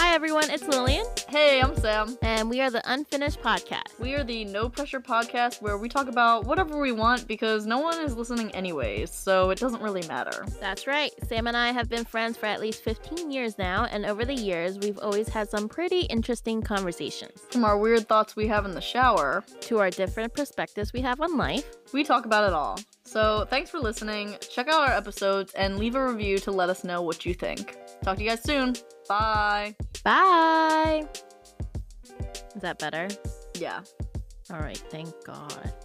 everyone, it's Lillian, Hey, I'm Sam. and we are the Unfinished Podcast. We are the No Pressure podcast where we talk about whatever we want because no one is listening anyways, so it doesn't really matter. That's right, Sam and I have been friends for at least 15 years now, and over the years, we've always had some pretty interesting conversations. From our weird thoughts we have in the shower, To our different perspectives we have on life, we talk about it all. So, thanks for listening. Check out our episodes and leave a review to let us know what you think. Talk to you guys soon. Bye. bye! Is that better? Yeah. All right, thank God.